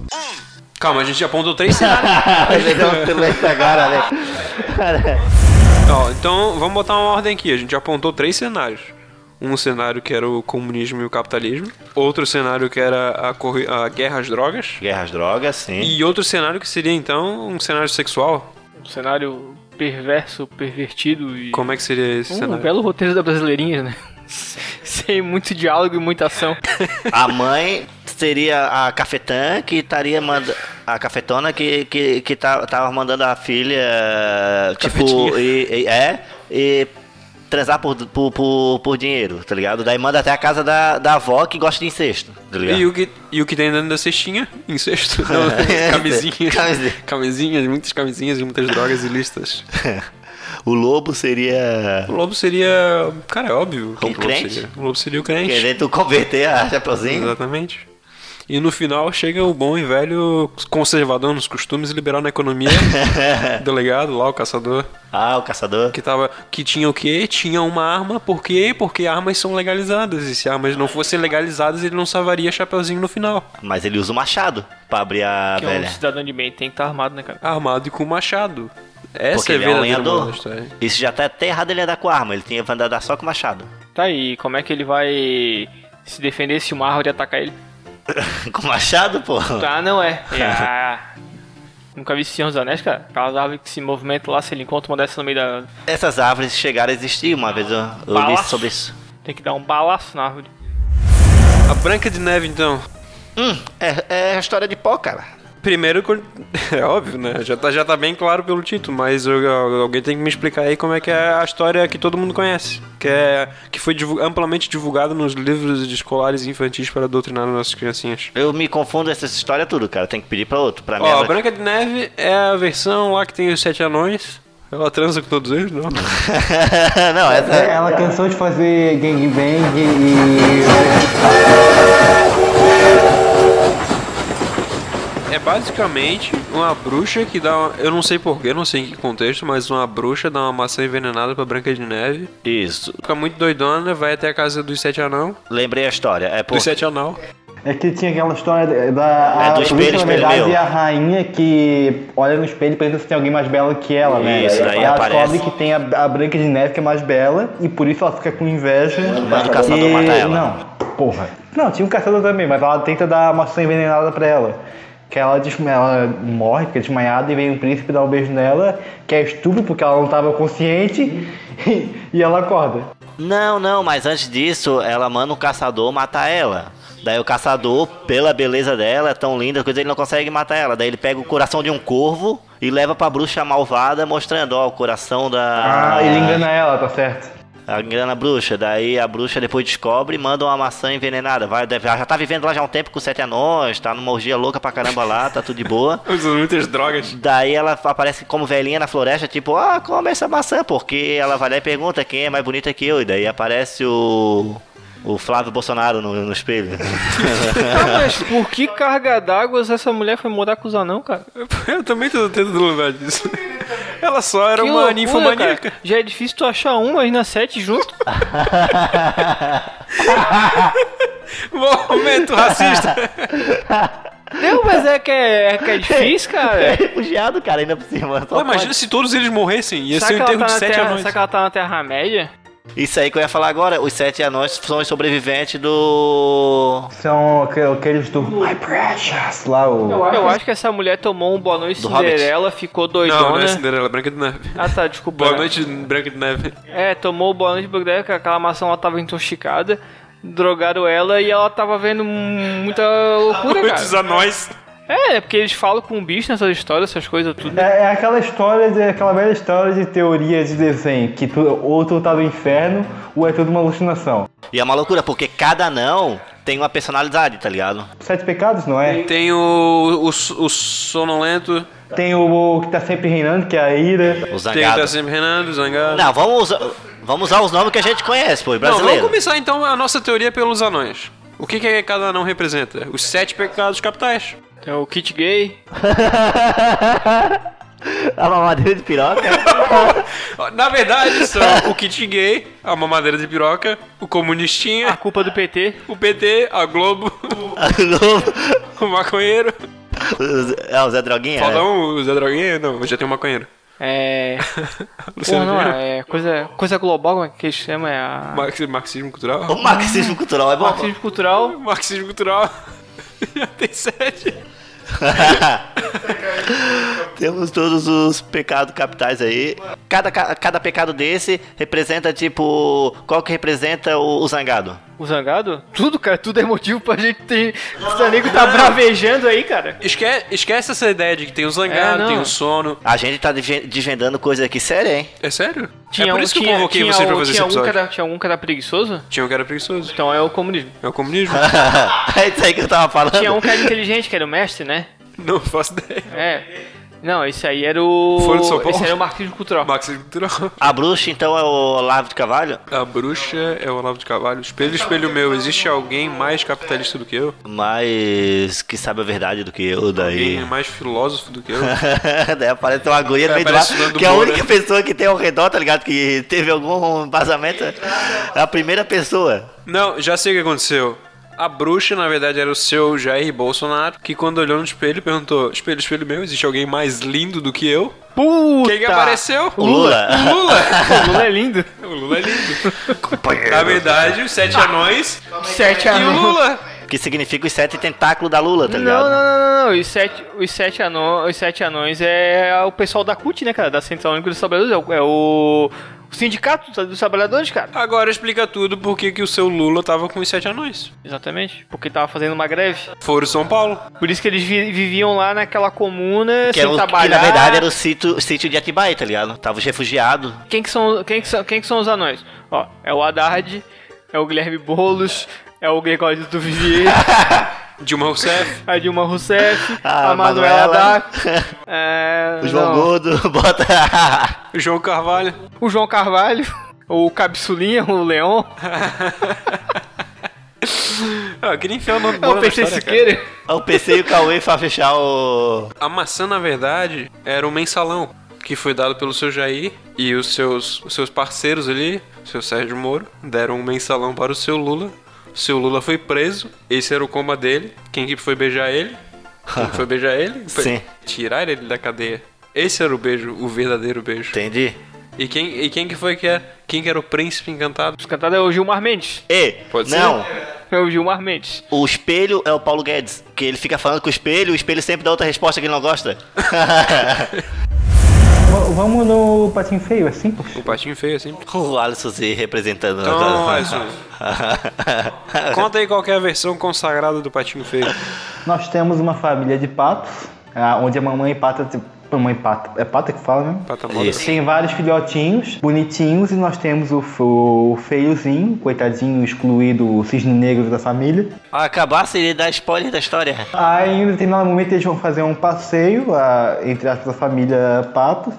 A: Calma, a gente já apontou três cenários.
B: Ele deu um silêncio agora, né?
A: Ó, então vamos botar uma ordem aqui. A gente já apontou três cenários. Um cenário que era o comunismo e o capitalismo. Outro cenário que era a, corri- a guerra às drogas.
B: Guerra às drogas, sim.
A: E outro cenário que seria então um cenário sexual.
C: Um cenário perverso, pervertido e.
A: Como é que seria esse
C: um
A: cenário?
C: belo roteiro da brasileirinha, né? Sem muito diálogo e muita ação.
B: A mãe seria a cafetã que estaria mandando. A cafetona que, que, que tá, tava mandando a filha. Tipo,
A: Cafetinha.
B: e, e- é. E transar por, por, por, por dinheiro, tá ligado? Daí manda até a casa da, da avó que gosta de incesto, tá ligado?
A: E o, que, e o que tem dentro da cestinha? Incesto? Não,
B: É,
A: camisinha.
B: Camisinha.
A: Camisinhas, muitas camisinhas e muitas drogas ilícitas.
B: O lobo seria.
A: O lobo seria. Cara, é óbvio. que
B: Um
A: o lobo
B: crente?
A: seria. O lobo seria o crente.
B: Querendo converter a Chapeuzinho.
A: Exatamente. E no final chega o bom e velho conservador nos costumes e liberal na economia. delegado lá, o caçador.
B: Ah, o caçador.
A: Que tava. Que tinha o quê? Tinha uma arma. Por quê? Porque armas são legalizadas. E se armas não fossem legalizadas, ele não salvaria Chapeuzinho no final.
B: Mas ele usa o machado pra abrir a
C: Que é um
B: velha.
C: cidadão de bem, tem que estar armado, né, cara?
A: Armado e com machado. Essa
B: Porque
A: é a
B: ele é um
A: verdadeira moral da
B: lenhador.
A: história.
B: Isso já tá até errado ele andar com a arma. Ele tinha que andar só com o machado.
C: Tá aí, como é que ele vai se defender se uma árvore atacar ele?
B: com o machado, pô.
C: Tá, não é. Ah, nunca vi Senhor dos Anéis, cara. Aquelas árvores que se movimentam lá, se ele encontra uma dessas no meio da.
B: Essas árvores chegaram a existir uma vez. Eu, eu li
C: Balaço.
B: sobre isso.
C: Tem que dar um balaço na árvore.
A: A Branca de Neve, então.
B: Hum, é, é a história de pó, cara.
A: Primeiro, que eu- é óbvio, né? Já tá, já tá bem claro pelo título, mas eu- eu- alguém tem que me explicar aí como é que é a história que todo mundo conhece, que é que foi divu- amplamente divulgada nos livros de escolares infantis para doutrinar nossas criancinhas.
B: Eu me confundo essas histórias é tudo, cara. Tem que pedir pra outro. Pra mim,
A: Ó, a
B: ela-
A: Branca de Neve é a versão lá que tem os sete anões. Ela transa com todos eles, não?
B: não, essa
D: É, ela cansou de fazer gangbang e.
A: É basicamente uma bruxa que dá uma, Eu não sei porquê, não sei em que contexto, mas uma bruxa dá uma maçã envenenada pra Branca de Neve.
B: Isso.
A: Fica muito doidona, vai até a casa dos sete anão.
B: Lembrei a história. É por...
A: Dos sete anão.
D: É que tinha aquela história da
B: É,
D: a
B: do espelho,
D: bruxa, na
B: espelho
D: verdade,
B: meu.
D: e a rainha que olha no espelho e pergunta se tem alguém mais bela que ela, né?
B: Isso, daí
D: ela
B: aparece.
D: descobre que tem a, a Branca de Neve que é mais bela e por isso ela fica com inveja.
B: Mas o caçador
D: e...
B: mata ela.
D: Não, porra. Não, tinha um caçador também, mas ela tenta dar a maçã envenenada pra ela. Que ela, des- ela morre, fica desmaiada e vem o príncipe dar um beijo nela, que é estúpido porque ela não tava consciente e ela acorda.
B: Não, não, mas antes disso, ela manda um caçador matar ela. Daí o caçador, pela beleza dela, é tão linda, coisa, ele não consegue matar ela. Daí ele pega o coração de um corvo e leva pra bruxa malvada, mostrando, ó, o coração da.
D: Ah, ele engana ela, tá certo.
B: A grana bruxa, daí a bruxa depois descobre e manda uma maçã envenenada. Vai, deve- ela já tá vivendo lá já há um tempo com sete anões, tá numa orgia louca pra caramba lá, tá tudo de boa.
A: Usando muitas drogas.
B: Daí ela aparece como velhinha na floresta, tipo, ah, come essa maçã, porque ela vai lá e pergunta quem é mais bonita que eu. E daí aparece o. o Flávio Bolsonaro no, no espelho.
C: Tá, mas por que carga d'água essa mulher foi morar com os anão, cara?
A: Eu também tô tentando lembrar disso. Ela só era
C: Que
A: uma
C: loucura,
A: ninfomaníaca.
C: cara. Já é difícil tu achar uma aí na sete junto.
A: Momento Um racista.
C: Não, mas é que é, é que é difícil,
B: é
C: cara.
B: refugiado, cara, ainda por cima. Só
A: Pô, imagina
B: pode.
A: se todos eles morressem. Ia
C: Será
A: ser
C: que,
A: um enterro
C: ela tá
A: de
C: na
A: sete
C: terra,
A: anões.
C: será que ela tá na Terra-média?
B: Isso aí que eu ia falar agora. Os sete anões são os sobreviventes do.
D: São aqu- aqueles do My Precious lá, o.
C: Eu acho que essa mulher tomou um Boa Noite
B: Do
C: Cinderela, ficou tá doidona.
A: Não, não é Cinderela, é Branca de Neve.
C: Ah tá, desculpa.
A: Boa
C: né?
A: noite, Branca de Neve.
C: É, tomou o Boa Noite Bagdad, que aquela maçã ela tava intoxicada, drogaram ela e ela tava vendo mu- muita loucura,
A: Muitos
C: cara.
A: anões.
C: É, é porque eles falam com o bicho nessas histórias, essas coisas, tudo.
D: É, é aquela história, de, aquela velha história de teoria de desenho, que tu, ou tu tá no inferno, ou é tudo uma alucinação.
B: E é uma loucura, porque cada anão tem uma personalidade, tá ligado?
D: Sete pecados, não é?
A: Tem o, o, o sonolento,
D: Tem o, o que tá sempre reinando, que é a ira.
A: tem
B: O
A: o que
B: zangado.
A: tá sempre Renan, zangado.
B: Não, vamos usar, vamos usar os nomes que a gente conhece, pô, e
A: Não, vamos
B: brasileiro.
A: começar então a nossa teoria pelos anões. O que, que cada anão representa? Os sete pecados capitais.
C: É o kit gay.
B: a mamadeira de piroca.
A: Na verdade, são o kit gay, a mamadeira de piroca, o
C: A
A: comunistinha,
C: culpa do PT.
A: o PT, a Globo, o maconheiro.
B: é o Zé Droguinha?
A: Falta
B: né?
A: um, o Zé Droguinha? Não, já tem um maconheiro.
C: É. Porra,
A: Luciano
C: não,
A: Huck.
C: é coisa, coisa global, como é que eles chamam? É a.
A: Marxi- Marxismo
B: O
A: cultural?
B: marxismo cultural é bom.
C: Marxismo cultural.
A: Marxismo cultural. Já tem sete.
B: Temos todos os pecados capitais aí. Cada, ca- cada pecado desse representa, tipo, qual que representa o, o zangado?
C: O zangado? Tudo, cara, tudo é motivo pra gente ter. O nego tá bravejando aí, cara.
A: Esque- esquece essa ideia de que tem o zangado,
C: É, não.
A: tem o sono.
B: A gente tá desven- desvendando coisa aqui séria, hein?
A: É sério? é
C: Tinha
A: por
C: um-
A: isso que eu
C: tinha-
A: convoquei
C: tinha
A: vocês pra
C: um-
A: fazer esse
C: tinha um
A: episódio.
C: cara- Tinha um cara preguiçoso?
A: Tinha um cara preguiçoso.
C: Então é o comunismo. um
A: É o comunismo?
B: é isso aí que eu tava falando.
C: Tá Tinha um que era inteligente, que era o mestre, né?
A: não faço ideia.
C: É. Não, esse aí era o.
A: Folha de São Paulo?
C: esse era o Marquinhos de Cultural.
A: Max Literal.
B: A bruxa, então, é o Olavo de Cavalho?
A: A bruxa é o Olavo de Cavalho. Espelho, espelho meu, existe alguém mais capitalista do que eu?
B: Mas que sabe a verdade do que eu,
A: Alguém né?
B: daí.
A: mais filósofo do que eu?
B: Daí Né, aparece uma agulha no
A: É,
B: meio do
A: parece
B: ar,
A: Nando
B: que é a
A: Moura.
B: única pessoa que tem ao redor, tá ligado? Que teve algum vazamento. É a primeira pessoa.
A: Não, já sei o que aconteceu. A bruxa, na verdade, era o seu Jair Bolsonaro, que quando olhou no espelho perguntou: Espelho, espelho meu, existe alguém mais lindo do que eu?
C: Puta!
A: Quem que apareceu?
B: O Lula.
A: O Lula!
C: O Lula é lindo.
A: o Lula é lindo. na verdade, os sete anões
C: Sete
B: É.
A: e o
C: anões.
A: Lula.
B: Que significa os sete tentáculos da Lula, tá
C: Não,
B: ligado?
C: não, não, não, não. Os sete, os, sete anões, os sete anões é o pessoal da CUT, né, cara? Da Central Única dos Trabalhadores. É o, é o- o sindicato dos trabalhadores, cara.
A: Agora explica tudo por que que o seu Lula tava com os sete anões.
C: Exatamente. Porque tava fazendo uma greve.
A: Foram São Paulo.
C: Por isso que eles vi- viviam lá naquela comuna,
B: Que, é
C: sem
B: o,
C: trabalhar.
B: que na verdade era o sítio, sítio de Atibaia, tá ligado? Tava os refugiados.
C: Quem que são, quem que são, quem que são os anões? Ó, é o Haddad, é o Guilherme Boulos, é o Gregório do Vivier,
A: Dilma Rousseff.
C: a Dilma Rousseff,
B: A
C: a, Manuela
B: Ah, Manuela. né?
C: Dávila, é,
B: O João
C: não,
B: Gordo bota.
A: João Carvalho.
C: o João Carvalho, o Cabçulinha, o Leon,
A: Ah, eu queria enfiar o nome
C: é o
A: do
C: PC Siqueira.
B: o PC e o Cauê pra fechar o.
A: A maçã, na verdade, era o mensalão que foi dado pelo seu Jair e os seus, os seus parceiros ali, o seu Sérgio Moro, deram um mensalão para o seu Lula. O seu Lula foi preso, esse era o coma dele. Quem que foi beijar ele? Quem que foi beijar ele? Foi
B: Sim.
A: Tirar ele da cadeia. Esse era o beijo, o verdadeiro beijo.
B: Entendi.
A: E quem, e quem que foi que era? Quem que era o príncipe encantado?
C: Os cantados é o Gilmar Mendes.
B: E,
A: Pode ser?
B: não,
C: É o Gilmar Mendes.
B: o espelho é o Paulo Guedes, que ele fica falando com o espelho, o espelho sempre dá outra resposta que ele não gosta.
D: V- vamos no patinho feio, é simples.
A: O patinho feio, assim.
B: o Alisson se representando.
A: Então, Alisson. Conta aí qual que é a versão consagrada do patinho feio.
D: Nós temos uma família de patos, ah, onde a mamãe pata. tipo, Mamãe pata. É pata que fala, né?
A: Pata moda.
B: Isso.
D: Tem vários filhotinhos bonitinhos e nós temos o, f- o feiozinho, coitadinho, excluído, o cisne negro da família.
B: Acabar seria dar spoiler da história.
D: Aí, em determinado momento, eles vão fazer um passeio, a- entre aspas, a família Pato.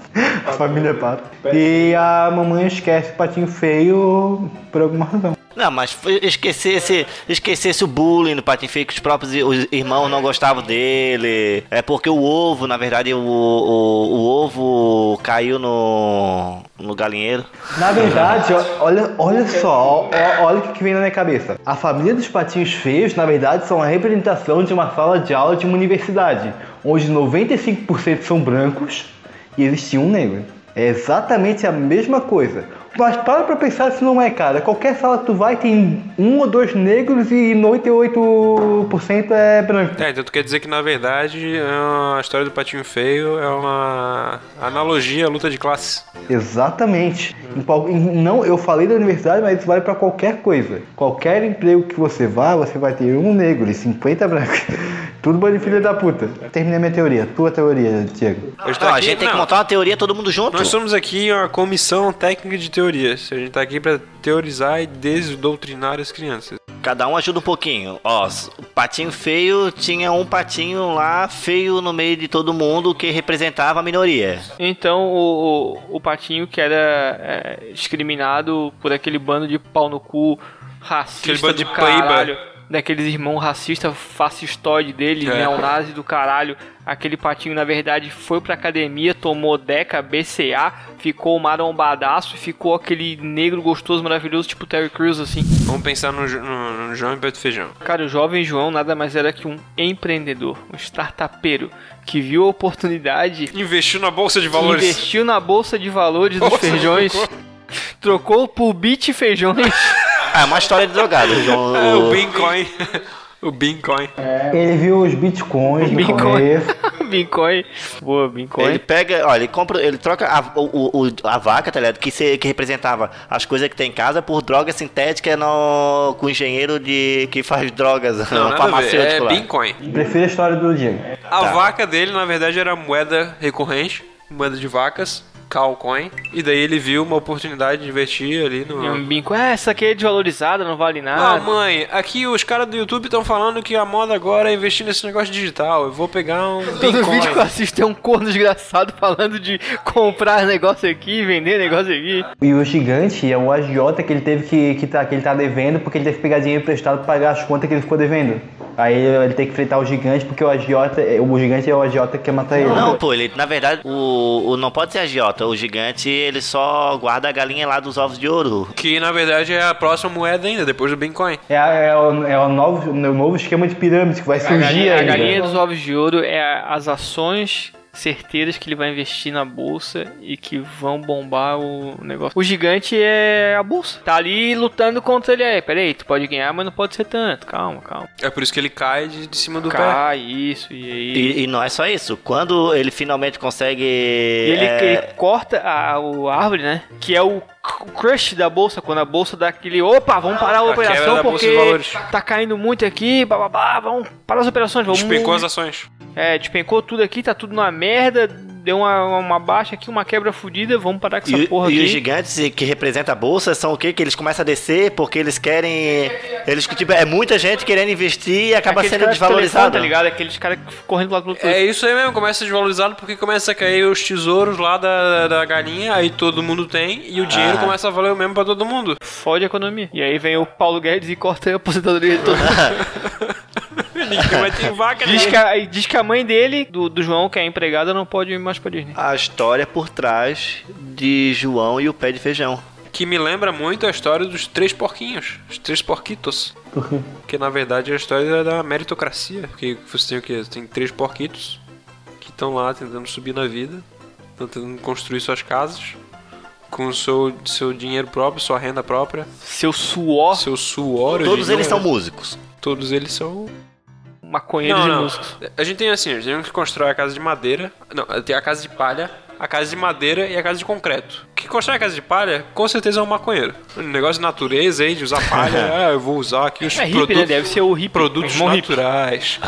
D: A família Pato. E a mamãe esquece o patinho feio por alguma razão.
B: Não, mas foi- esquecesse, esquecesse o bullying do Patinho Feio, que os próprios i- os irmãos não gostavam dele. É porque o ovo, na verdade, o, o, o ovo caiu no, no galinheiro.
D: Na verdade, ó, olha, olha só, ó, ó, olha o que que vem na minha cabeça. A família dos patinhos feios, na verdade, são a representação de uma sala de aula de uma universidade, onde 95% são brancos e existe um negro. É exatamente a mesma coisa. Mas para pra pensar se não é, cara. Qualquer sala que tu vai tem um ou dois negros e 98% é branco.
A: É, então tu quer dizer que na verdade ah, a história do Patinho Feio é uma analogia à luta de classe.
D: Exatamente. Em qual- em- não, eu falei da universidade, mas isso vale pra qualquer coisa. Qualquer emprego que você vá, você vai ter um negro e 50 brancos. Tudo bando de filha da puta. Terminei minha teoria. Tua teoria, Diego.
A: Hoje tá
B: Não, a
A: aqui-
B: gente tem que
A: não,
B: montar uma teoria todo mundo junto.
A: Nós somos aqui uma comissão técnica de teorias. A gente tá aqui pra teorizar e desdoutrinar as crianças.
B: Cada um ajuda um pouquinho. Ó, s- o patinho feio tinha um patinho lá feio no meio de todo mundo que representava a minoria.
C: Então o, o, o Patinho que era é, discriminado por aquele bando de pau no cu racista
A: Aquele bando
C: do
A: de
C: caralho. Daqueles irmãos racistas, fascistóide dele,
A: É.
C: neonazi do caralho. Aquele patinho, na verdade, foi pra academia, tomou Deca, BCA, ficou marombadaço e ficou aquele negro gostoso, maravilhoso, tipo Terry Crews, assim.
A: Vamos pensar no, Jo- no, no João e Pedro Feijão.
C: Cara, o jovem João nada mais era que um empreendedor, um startupeiro, que viu a oportunidade
A: Investiu na bolsa de
C: que
A: valores.
C: investiu na bolsa de valores dos
A: Bolsa de
C: feijões, trocou por bit feijões.
B: Ah, é uma história de drogado. João.
A: É, o Bitcoin. o Bitcoin.
D: Ele viu os bitcoins no
C: Bitcoin.
D: começo.
C: Bitcoin. Boa, Bitcoin.
B: Ele pega, ó, ele compra, ele troca a, o, o- o- a vaca, tá ligado? Que, se- que representava as coisas que tem em casa por droga sintética no, com engenheiro de que faz drogas, um
A: nada a ver,
B: farmacêutico
A: É
B: lá.
A: Bitcoin.
D: Prefiro a
B: Tá.
D: história do Diego.
A: A vaca dele, na verdade, era moeda recorrente, moeda de vacas. Calcoin. E daí ele viu uma oportunidade de investir ali no.
C: E um binco, é, essa aqui é desvalorizada, não vale
A: Ah,
C: nada.
A: mãe, aqui os caras do YouTube estão falando que a moda agora é investir nesse negócio digital. Eu vou pegar um
C: Todo vídeo que eu
A: Bitcoin.
C: assisto é um corno desgraçado falando de comprar negócio aqui, vender negócio aqui.
D: E o gigante é o agiota que ele teve que, que, tá, que ele tá devendo porque ele teve que pegar dinheiro emprestado pra pagar as contas que ele ficou devendo. Aí ele, ele tem que enfrentar o gigante porque o agiota, é- o gigante é o agiota que quer matar ele.
B: Não, pô, ele, na verdade, o, o- não pode ser agiota. O gigante, ele só guarda a galinha lá dos ovos de ouro.
A: Que na verdade é a próxima moeda ainda, depois do Bitcoin.
D: É, a- é, o, é o novo, o novo esquema de pirâmide que vai
C: A
D: surgir
C: galinha, a
D: ainda.
C: galinha dos ovos de ouro é a- as ações certeiras que ele vai investir na bolsa e que vão bombar o negócio. O gigante é a bolsa. Tá ali lutando contra ele aí. Peraí, tu pode ganhar, mas não pode ser tanto. Calma, calma.
A: É por isso que ele cai de, de cima do pé.
C: Cai, isso, e aí...
B: E, e não é só isso. Quando ele finalmente consegue.
C: E ele,
B: é,
C: ele corta a, o árvore, né? Que é o c- crush da bolsa, quando a bolsa dá aquele. Opa, vamos parar a,
A: A quebra
C: operação
A: da bolsa de
C: porque
A: valores."
C: tá caindo muito aqui, bababá, vamos parar as operações, vamos.
A: Despecou as ações.
C: É, despencou tudo aqui, tá tudo na merda, deu uma, uma baixa aqui, uma quebra fodida, vamos parar com essa
B: E,
C: porra
B: e
C: aqui.
B: os gigantes que representam a bolsa são o quê? Que eles começam a descer porque eles querem. Eles, tipo, é muita gente querendo investir e acaba
C: Aqueles
B: sendo
C: caras do telefone,
B: desvalorizado.
C: tá ligado? Aqueles caras que ficam correndo lá do outro
A: É isso aí mesmo, começa desvalorizado porque começa a cair os tesouros lá da, da galinha, aí todo mundo tem, e o dinheiro
B: Ah.
A: começa a valer o mesmo pra todo mundo.
C: Fode a economia. E aí vem o Paulo Guedes e corta a aposentadoria de todo mundo.
A: Ninguém vai ter vaca, né?
C: diz,
A: ninguém-
C: que a, diz que a mãe dele, do, do João, que é empregada, não pode ir mais pra Disney.
B: A história por trás de João e o pé de feijão.
A: Que me lembra muito a história dos três porquinhos, os três porquitos.
D: Por quê?
A: Que na verdade é a história da meritocracia. Porque você tem o quê? Você tem três porquitos que estão lá tentando subir na vida, estão tentando construir suas casas com o seu, seu dinheiro próprio, sua renda própria,
C: Seu suor
A: seu suor. eu
B: Todos
A: diria,
B: eles
A: né?
B: são músicos.
A: Todos eles são
C: maconheiros e músicos.
A: a gente tem assim, a gente tem que constrói a casa de madeira. Não, tem a casa de palha, a casa de madeira e a casa de concreto. Que constrói a casa de palha, com certeza é um maconheiro. Um negócio de natureza aí, de usar palha. ah, eu vou usar aqui os
C: É hippie,
A: produtos.
C: né? Deve ser o hippie.
A: Produtos
C: irmão hippie. né?
A: naturais.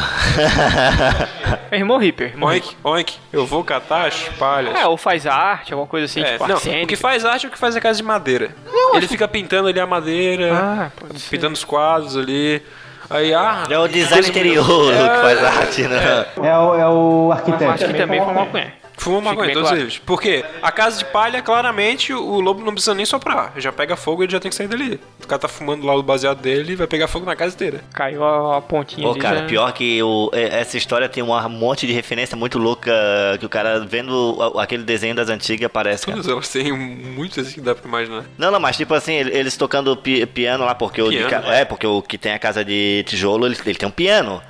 C: É irmão hippie. irmão hippie.
A: Oink, oink, eu vou catar as palhas.
C: É, ou faz arte, alguma coisa assim,
A: É,
C: tipo
A: não,
C: arsênico.
A: o que faz arte é o que faz a casa de madeira. ele fica pintando ali a madeira,
C: Ah, pode ser.
A: pintando os quadros ali. Aí, ah,
B: É o design interior que faz arte, né?
D: É o, é o
C: Mas acho
D: arquiteto.
C: que também foi maconha.
A: Fuma
C: Fica
A: maconha,
C: bem
A: todos
C: claro.
A: eles. Por quê? A casa de palha, claramente, o lobo não precisa nem soprar. Já pega fogo e ele já tem que sair dali. O cara tá fumando lá o baseado dele e vai pegar fogo na casa inteira.
C: Caiu a, a pontinha
B: Pô,
C: ali, né?
B: cara,
C: já-
B: pior que o- é- essa história tem um monte de referência muito louca que o cara vendo a- aquele desenho das antigas parece. cara.
A: Todas elas têm muitas que dá pra imaginar.
B: Não, não, mas tipo assim, ele- eles tocando pi- piano lá, porque o de
A: Piano,
B: ca-
A: né?
B: é, porque o que tem a casa de tijolo, ele, ele tem um piano.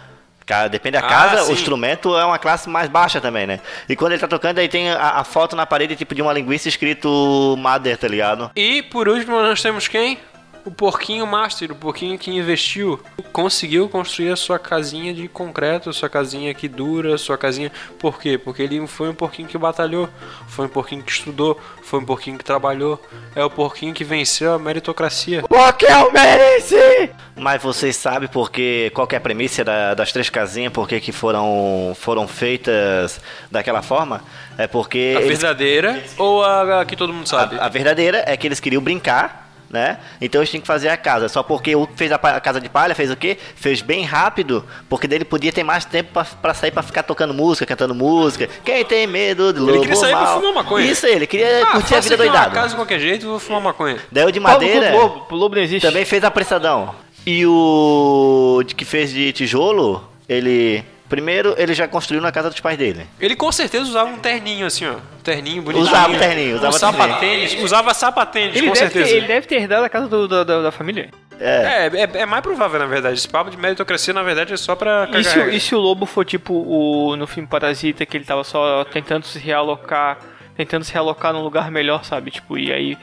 B: Cara, depende da
A: Ah,
B: casa,
A: sim.
B: o instrumento é uma classe mais baixa também, né? E quando ele tá tocando, aí tem a, a foto na parede, tipo, de uma linguiça escrito Mother, tá ligado?
A: E, por último, nós temos quem? O porquinho master, o porquinho que investiu. Conseguiu construir a sua casinha de concreto, sua casinha que dura, sua casinha... Por quê? Porque ele foi um porquinho que batalhou, foi um porquinho que estudou, foi um porquinho que trabalhou. É o porquinho que venceu a meritocracia.
C: Porque eu mereci!
B: Mas vocês sabem porque qual que é a premissa da- das três casinhas, por que que foram, foram feitas daquela forma? É porque
A: A
B: eles
A: verdadeira ou a, a que todo mundo sabe?
B: A verdadeira é que eles queriam brincar, né? Então eles tinham que fazer a casa. Só porque o que fez a, pa- a casa de palha fez o quê? Fez bem rápido, porque daí ele podia ter mais tempo pra, pra sair pra ficar tocando música, cantando música. Quem tem medo de lobo
A: queria sair pra
B: mal?
A: fumar maconha. Ah,
B: Isso aí, ele queria é curtir a vida
A: na
B: doidado.
A: casa de qualquer jeito vou fumar maconha.
B: Daí o de
C: Pau no cu do
B: madeira
C: lobo, o lobo não existe.
B: também fez apressadão. E o de que fez de tijolo, ele... Primeiro, ele já construiu na casa dos pais dele.
A: Ele com certeza usava um terninho assim, ó. Um terninho bonitinho.
B: Usava um terninho, usava
A: um sapatênis. Usava sapatênis,
C: Ele
A: com
C: deve, ter,
A: certeza.
C: ele deve ter herdado a casa do- da, da- da família.
A: É, é, é mais provável, na verdade. Esse papo de meritocracia, na verdade, é só pra cagar
C: E se, o-
A: regra.
C: e se o lobo for tipo o no filme Parasita, que ele tava só tentando se realocar, tentando se realocar num lugar melhor, sabe? Tipo, e aí,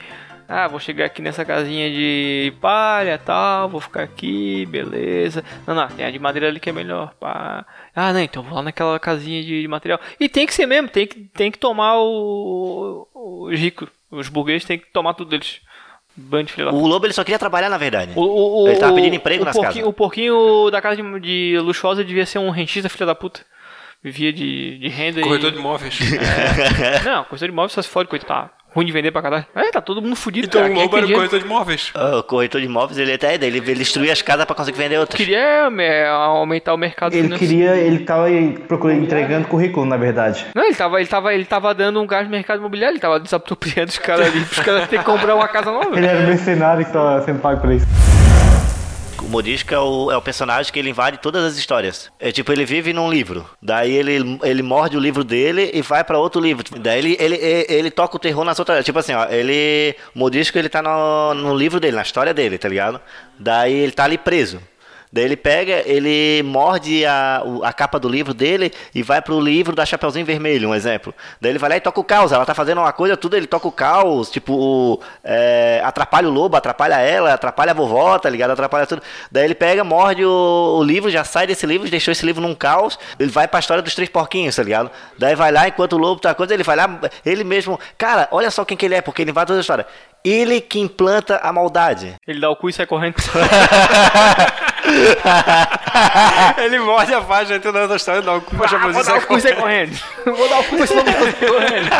C: ah, vou chegar aqui nessa casinha de palha tal, vou ficar aqui, beleza. Não, não, tem a de madeira ali que é melhor, pá. Ah, não, então vou lá naquela casinha de, de material. E tem que ser mesmo, tem que, tem que tomar o, o, os ricos, os burgueses tem que tomar tudo deles. Bando de filha da
B: O lobo, ele só queria trabalhar, na verdade.
C: o- o- o-
B: Ele tava pedindo
C: o-
B: emprego
C: o
B: nas
C: porquinho,
B: casas.
C: O porquinho da casa de, de luxuosa devia ser um rentista filha da puta. vivia de, de renda
A: Corretor
C: e...
A: de imóveis.
C: Não, corretor de imóveis só se fode, coitado. Tá ruim de vender pra caralho. É, tá todo mundo fudido,
A: Então
C: cara.
A: o
C: Quem é que
A: Lobo era o
C: dinheiro-
A: corretor de imóveis.
B: Ah, o corretor de imóveis, ele até ele, ele destruía as casas pra conseguir vender outras.
C: queria é, aumentar o mercado
D: Ele
C: financeiro.
D: queria, ele tava procurando, entregando currículo, na verdade.
C: Não, ele tava, ele, tava, ele tava dando um gás no mercado imobiliário, ele tava desapropriando os caras ali, os caras terem que comprar uma casa nova.
D: Ele era o mercenário que tava sendo pago por isso.
B: O Morisca é o, é o personagem que ele invade todas as histórias. É tipo, ele vive num livro. Daí ele, ele morde o livro dele e vai pra outro livro. Daí ele, ele, ele, ele toca o terror nas outras. Tipo assim, ó, ele. O Morisco ele tá no, no livro dele, na história dele, tá ligado? Daí ele tá ali preso. Daí ele pega, ele morde a, o- a capa do livro dele e vai pro livro da Chapeuzinho Vermelho, um exemplo. Daí ele vai lá e toca o caos. Ela tá fazendo uma coisa, tudo ele toca o caos. Tipo, o, é, atrapalha o lobo, atrapalha ela, atrapalha a vovó, tá ligado? Atrapalha tudo. Daí ele pega, morde o, o livro, já sai desse livro, deixou esse livro num caos. Ele vai pra história dos três porquinhos, tá ligado? Daí vai lá, enquanto o lobo tá coisa, ele vai lá, ele mesmo. Cara, olha só quem que ele é, porque ele vai toda a história. Ele que implanta a maldade.
C: Ele dá o cu e sai correndo.
A: Ele morde a página, entra na outra história, dá o cu pra
C: Ah, vou dar o cu e sai correndo. Vou dar o cu e sai correndo.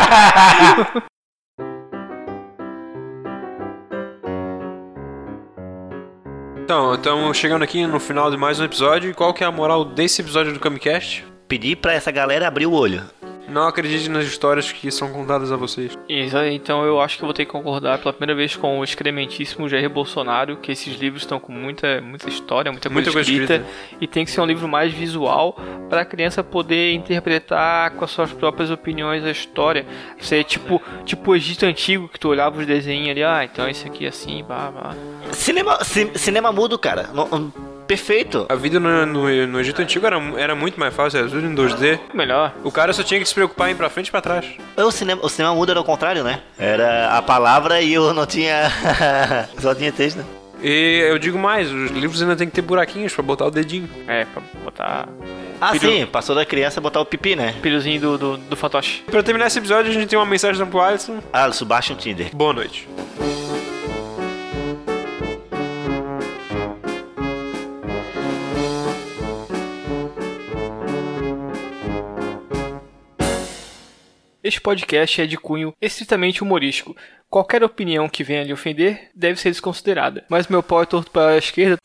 A: Então, estamos chegando aqui no final de mais um episódio. E qual que é a moral desse episódio do Camicast?
B: Pedir pra essa galera abrir o olho.
A: Não acredite nas histórias que são contadas a vocês.
C: Isso aí, então eu acho que eu vou ter que concordar pela primeira vez com o excrementíssimo Jair Bolsonaro, que esses livros estão com muita, muita história, muita coisa,
A: Muita coisa
C: escrita, e tem que ser um livro mais visual para a criança poder interpretar com as suas próprias opiniões a história. Isso aí é tipo, tipo o Egito Antigo, que tu olhava os desenhos ali, ah, então esse aqui é assim, blá, blá.
B: Cinema, ci- cinema mudo, cara. No- um, perfeito.
A: A vida no, no- no Egito Antigo era, era muito mais fácil, era tudo em 2D.
C: Melhor.
A: O cara só tinha que se preocupar em ir pra frente e pra trás.
B: É, O cinema, o cinema mudo era o contrário, né? Era a palavra e eu não tinha. Só tinha texto. né?
A: E eu digo mais, os livros ainda tem que ter buraquinhos pra botar o dedinho.
C: É, pra botar
B: Ah,
C: Filho-
B: sim, passou da criança botar o pipi, né?
C: o piruzinho do, do, do fantoche.
A: Pra terminar esse episódio, a gente tem uma mensagem pro Alisson.
B: Alisson, baixa o Ah, Tinder.
A: Boa noite.
C: Este podcast é de cunho estritamente humorístico. Qualquer opinião que venha lhe ofender deve ser desconsiderada. Mas meu pau é torto para a esquerda.